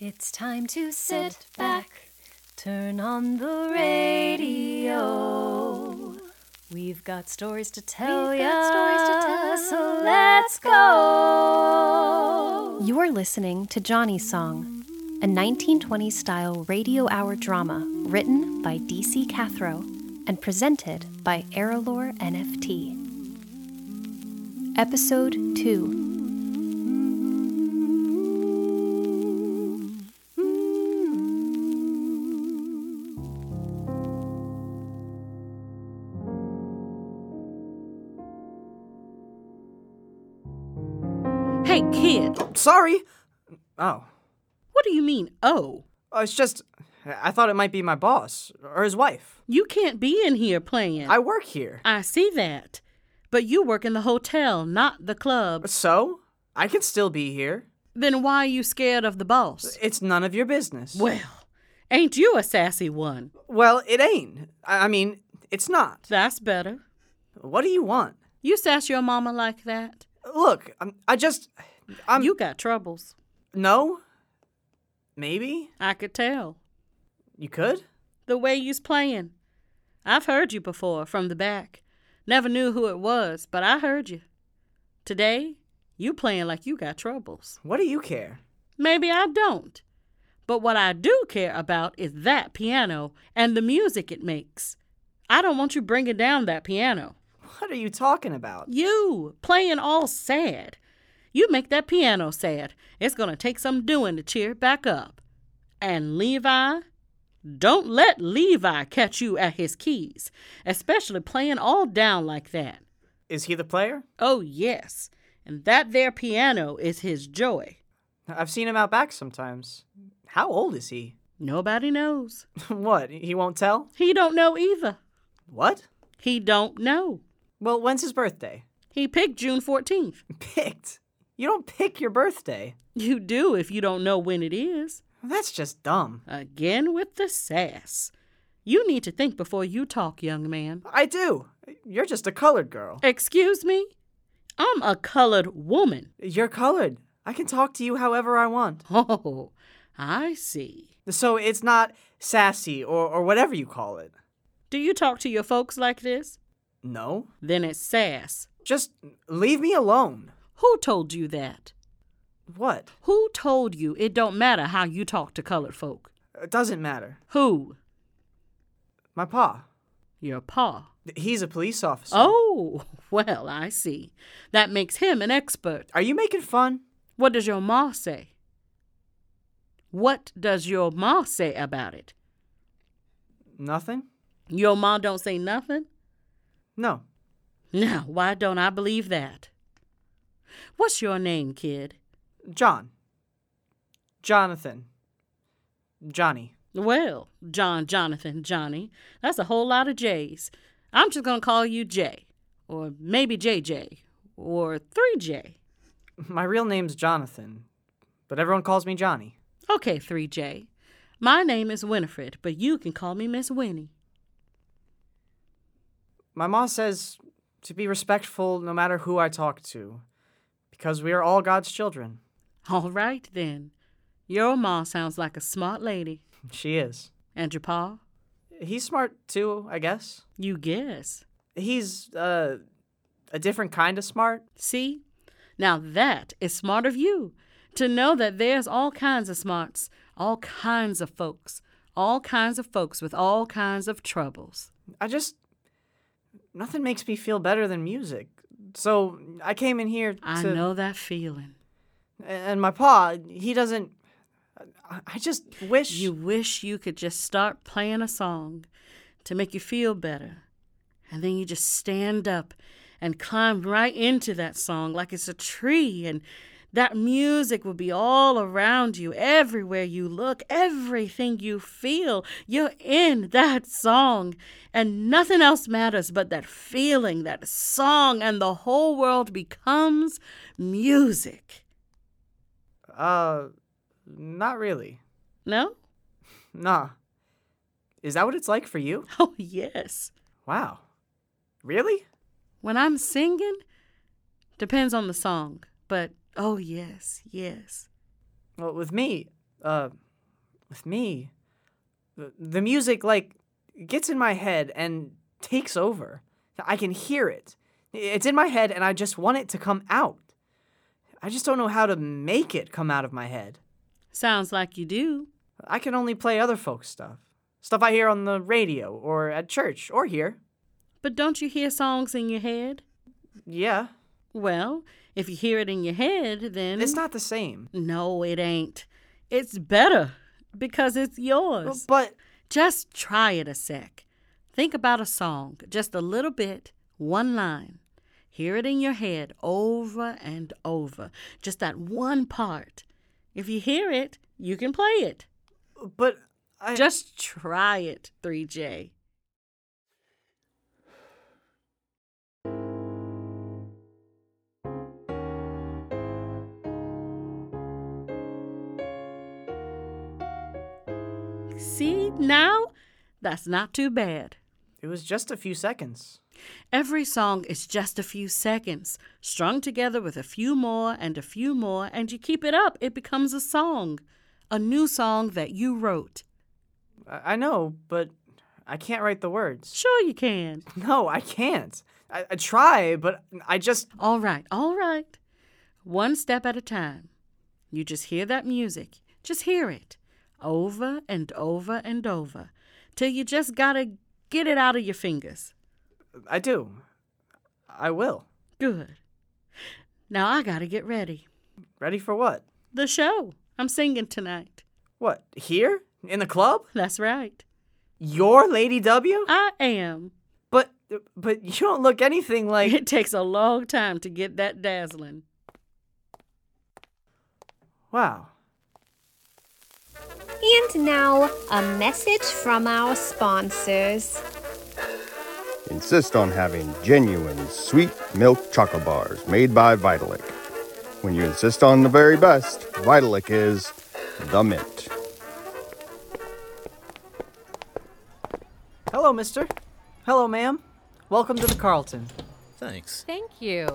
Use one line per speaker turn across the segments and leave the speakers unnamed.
It's time to sit back, turn on the radio. We've got stories to tell
We've
ya,
got stories to tell
so
ya.
let's go. You're listening to Johnny's Song, a 1920s style radio hour drama written by DC Cathro and presented by Aerolore NFT. Episode 2
Hey, kid,
Sorry! Oh.
what do you mean, oh?
Oh, It's just. I thought it might be my boss or his wife.
You can't be in here playing.
I work here.
I see that. But you work in the hotel, not the club.
So? I can still be here.
Then why are you scared of the boss?
It's none of your business.
Well, ain't you a sassy one?
Well, it ain't. I I mean, it's not.
That's better.
What do you want?
You sass your mama like that?
Look, I'm, I just. I'm.
you got troubles.
No? Maybe?
I could tell.
You could?
The way you's playing. I've heard you before from the back. Never knew who it was, but I heard you. Today, you playing like you got troubles.
What do you care?
Maybe I don't. But what I do care about is that piano and the music it makes. I don't want you bringing down that piano.
What are you talking about?
You playing all sad. You make that piano sad. It's going to take some doing to cheer it back up. And Levi, don't let Levi catch you at his keys, especially playing all down like that.
Is he the player?
Oh, yes. And that there piano is his joy.
I've seen him out back sometimes. How old is he?
Nobody knows.
what? He won't tell?
He don't know either.
What?
He don't know.
Well, when's his birthday?
He picked June 14th.
Picked? You don't pick your birthday.
You do if you don't know when it is.
That's just dumb.
Again with the sass. You need to think before you talk, young man.
I do. You're just a colored girl.
Excuse me? I'm a colored woman.
You're colored. I can talk to you however I want.
Oh, I see.
So it's not sassy or, or whatever you call it.
Do you talk to your folks like this?
No.
Then it's sass.
Just leave me alone.
Who told you that?
What?
Who told you it don't matter how you talk to colored folk?
It doesn't matter.
Who?
My pa.
Your pa.
He's a police officer.
Oh, well, I see. That makes him an expert.
Are you making fun?
What does your ma say? What does your ma say about it?
Nothing?
Your ma don't say nothing?
No.
Now, why don't I believe that? What's your name, kid?
John. Jonathan. Johnny.
Well, John, Jonathan, Johnny. That's a whole lot of J's. I'm just going to call you J, or maybe JJ, or 3J.
My real name's Jonathan, but everyone calls me Johnny.
Okay, 3J. My name is Winifred, but you can call me Miss Winnie.
My ma says to be respectful no matter who I talk to, because we are all God's children.
All right, then. Your ma sounds like a smart lady.
She is.
And your pa?
He's smart too, I guess.
You guess.
He's uh, a different kind of smart.
See? Now that is smart of you to know that there's all kinds of smarts, all kinds of folks, all kinds of folks with all kinds of troubles.
I just. Nothing makes me feel better than music. So I came in here to.
I know that feeling.
And my pa, he doesn't. I I just wish.
You wish you could just start playing a song to make you feel better. And then you just stand up and climb right into that song like it's a tree and that music will be all around you, everywhere you look, everything you feel. You're in that song, and nothing else matters but that feeling, that song, and the whole world becomes music.
Uh, not really.
No?
Nah. Is that what it's like for you?
Oh, yes.
Wow. Really?
When I'm singing, depends on the song, but oh yes, yes.
Well, with me, uh, with me, the, the music like gets in my head and takes over. I can hear it. It's in my head, and I just want it to come out. I just don't know how to make it come out of my head.
Sounds like you do.
I can only play other folks' stuff. Stuff I hear on the radio or at church or here.
But don't you hear songs in your head?
Yeah.
Well, if you hear it in your head, then.
It's not the same.
No, it ain't. It's better because it's yours.
Well, Oh, But
Just try it a sec. Think about a song, just a little bit, one line. Hear it in your head over and over, just that one part. If you hear it, you can play it.
but I
Just try it, 3J. See, now that's not too bad.
it was just a few seconds.
Every song is just a few seconds, strung together with a few more and a few more, and you keep it up, it becomes a song, a new song that you wrote.
I, I know, but I can't write the words.
Sure, you can.
No, I can't. I, I try, but I just
All right, all right. One step at a time. You just hear that music. Just hear it over and over and over till you just gotta get it out of your fingers.
I do. I will.
Good. Now I gotta get ready.
Ready for what?
The show. I'm singing tonight.
What? Here? In the club?
That's right.
Your Lady W?
I am.
But but you don't look anything like
It takes a long time to get that dazzling.
Wow.
And now, a message from our sponsors.
Insist on having genuine sweet milk chocolate bars made by Vitalik. When you insist on the very best, Vitalik is the mint.
Hello, mister. Hello, ma'am. Welcome to the Carlton.
Thanks.
Thank you.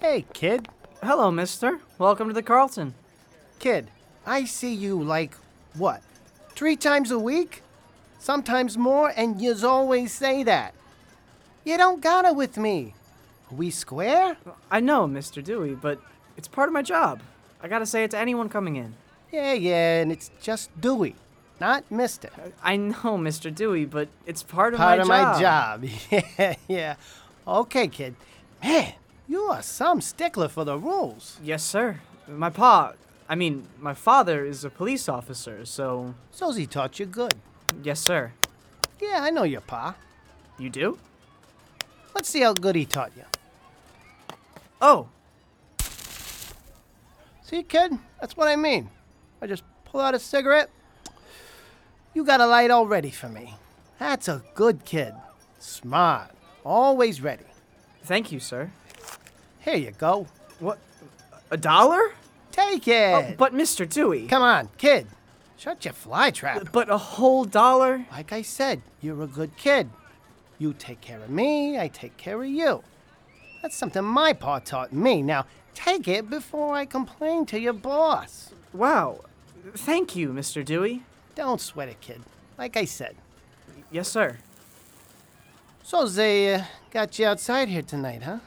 Hey, kid.
Hello, mister. Welcome to the Carlton.
Kid, I see you like what? Three times a week? Sometimes more, and yous always say that. You don't gotta with me. We square?
I know, Mr. Dewey, but it's part of my job. I gotta say it to anyone coming in.
Yeah, yeah, and it's just Dewey, not Mister.
I know, Mr. Dewey, but it's part of
Part
my
of
job.
my job. Yeah, yeah. Okay, kid. Man, you are some stickler for the rules.
Yes, sir. My pa, I mean, my father is a police officer, so
So's he taught you good.
yes, sir.
Yeah, I know your pa.
You do?
Let's see how good he taught you.
Oh,
See, kid, that's what I mean. I just pull out a cigarette. You got a light all ready for me. That's a good kid. Smart. Always ready.
thank you, sir.
Here you go.
What? A dollar?
Take it.
Oh, but Mr. Dewey.
Come on, kid. Shut your fly trap.
But a whole dollar?
Like I said, you're a good kid. You take care of me, I take care of you. That's something my pa taught me. Now, take it before I complain to your boss.
Wow. Thank you, Mr. Dewey.
Don't sweat it, kid. Like I said,
Yes, sir.
So they uh, got you outside here tonight, huh?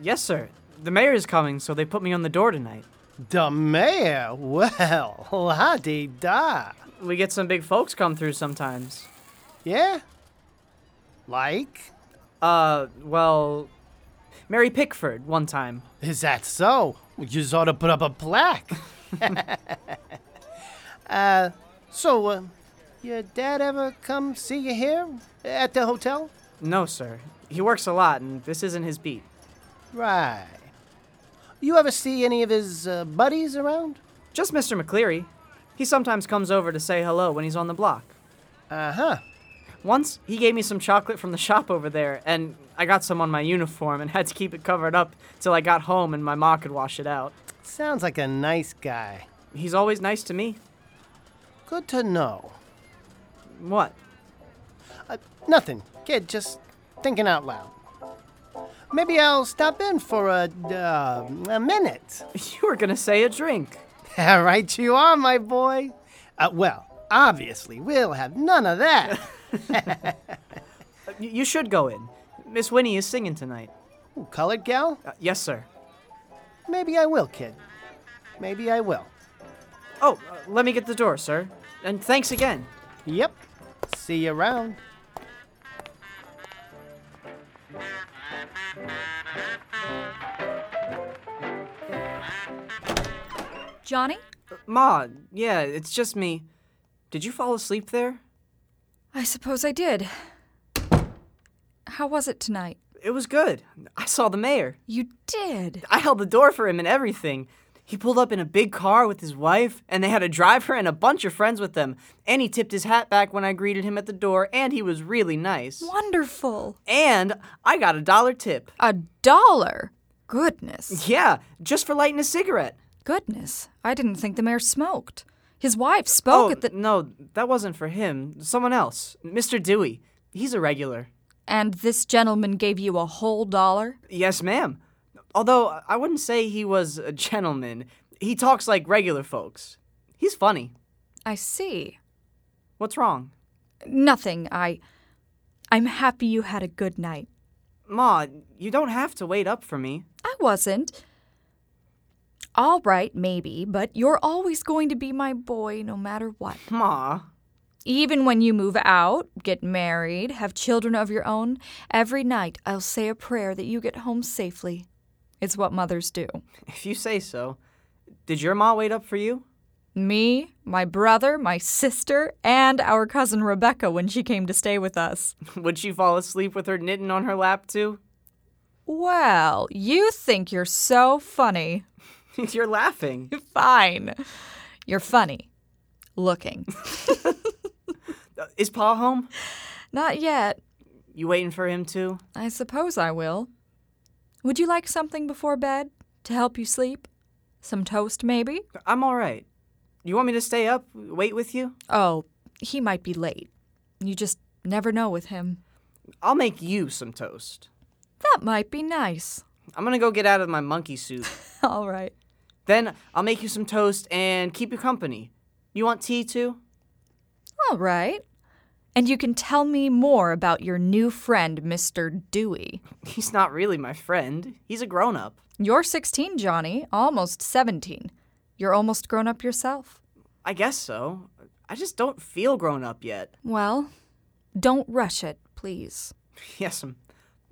Yes, sir. The mayor is coming, so they put me on the door tonight.
The mayor? Well, la di da.
We get some big folks come through sometimes.
Yeah? Like?
Uh, well, Mary Pickford one time.
Is that so? You just ought to put up a plaque. uh, so, uh, your dad ever come see you here at the hotel?
No, sir. He works a lot, and this isn't his beat.
Right. You ever see any of his uh, buddies around?
Just Mr. McCleary. He sometimes comes over to say hello when he's on the block.
Uh huh.
Once, he gave me some chocolate from the shop over there, and I got some on my uniform and had to keep it covered up till I got home and my ma could wash it out.
Sounds like a nice guy.
He's always nice to me.
Good to know.
What?
Uh, nothing, kid. Just thinking out loud. Maybe I'll stop in for a uh, a minute.
You were gonna say a drink.
right you are, my boy. Uh, well, obviously, we'll have none of that.
Y- you should go in. Miss Winnie is singing tonight.
Ooh, colored gal?
Uh, yes, sir.
Maybe I will, kid. Maybe I will.
Oh, uh, let me get the door, sir. And thanks again.
Yep. See you around.
Johnny?
Ma, yeah, it's just me. Did you fall asleep there?
I suppose I did. How was it tonight?
It was good. I saw the mayor.
You did.
I held the door for him and everything. He pulled up in a big car with his wife, and they had a driver and a bunch of friends with them. And he tipped his hat back when I greeted him at the door, and he was really nice.
Wonderful.
And I got a dollar tip.
A dollar? Goodness.
Yeah, just for lighting a cigarette.
Goodness. I didn't think the mayor smoked. His wife spoke at the.
Oh, no, that wasn't for him. Someone else. Mr. Dewey. He's a regular.
And this gentleman gave you a whole dollar?
Yes, ma'am. Although I wouldn't say he was a gentleman. He talks like regular folks. He's funny.
I see.
What's wrong?
Nothing. I. I'm happy you had a good night.
Ma, you don't have to wait up for me.
I wasn't. All right, maybe, but you're always going to be my boy no matter what.
Ma.
Even when you move out, get married, have children of your own, every night I'll say a prayer that you get home safely. It's what mothers do.
If you say so. Did your ma wait up for you?
Me, my brother, my sister, and our cousin Rebecca when she came to stay with us.
Would she fall asleep with her knitting on her lap too?
Well, you think you're so funny.
You're laughing.
Fine. You're funny. Looking.
Uh, Is Pa home?
Not yet.
You waiting for him too?
I suppose I will. Would you like something before bed to help you sleep? Some toast, maybe?
I'm all right. You want me to stay up, wait with you?
Oh, he might be late. You just never know with him.
I'll make you some toast.
That might be nice.
I'm gonna go get out of my monkey suit.
All right.
then I'll make you some toast and keep you company. You want tea too?
All right. And you can tell me more about your new friend, Mr. Dewey.
He's not really my friend. He's a grown up.
You're 16, Johnny, almost 17. You're almost grown up yourself.
I guess so. I just don't feel grown up yet.
Well, don't rush it, please.
Yes, I'm.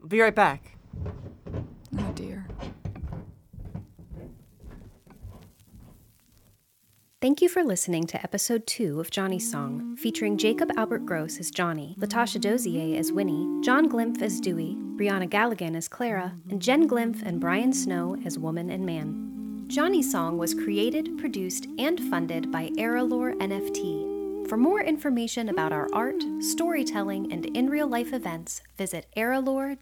I'll be right back.
Oh, dear.
Thank you for listening to episode two of Johnny's Song, featuring Jacob Albert Gross as Johnny, Latasha Dozier as Winnie, John Glimpf as Dewey, Brianna Galligan as Clara, and Jen Glimpf and Brian Snow as Woman and Man. Johnny's Song was created, produced, and funded by Aerolore NFT. For more information about our art, storytelling, and in real life events, visit aerolore.io.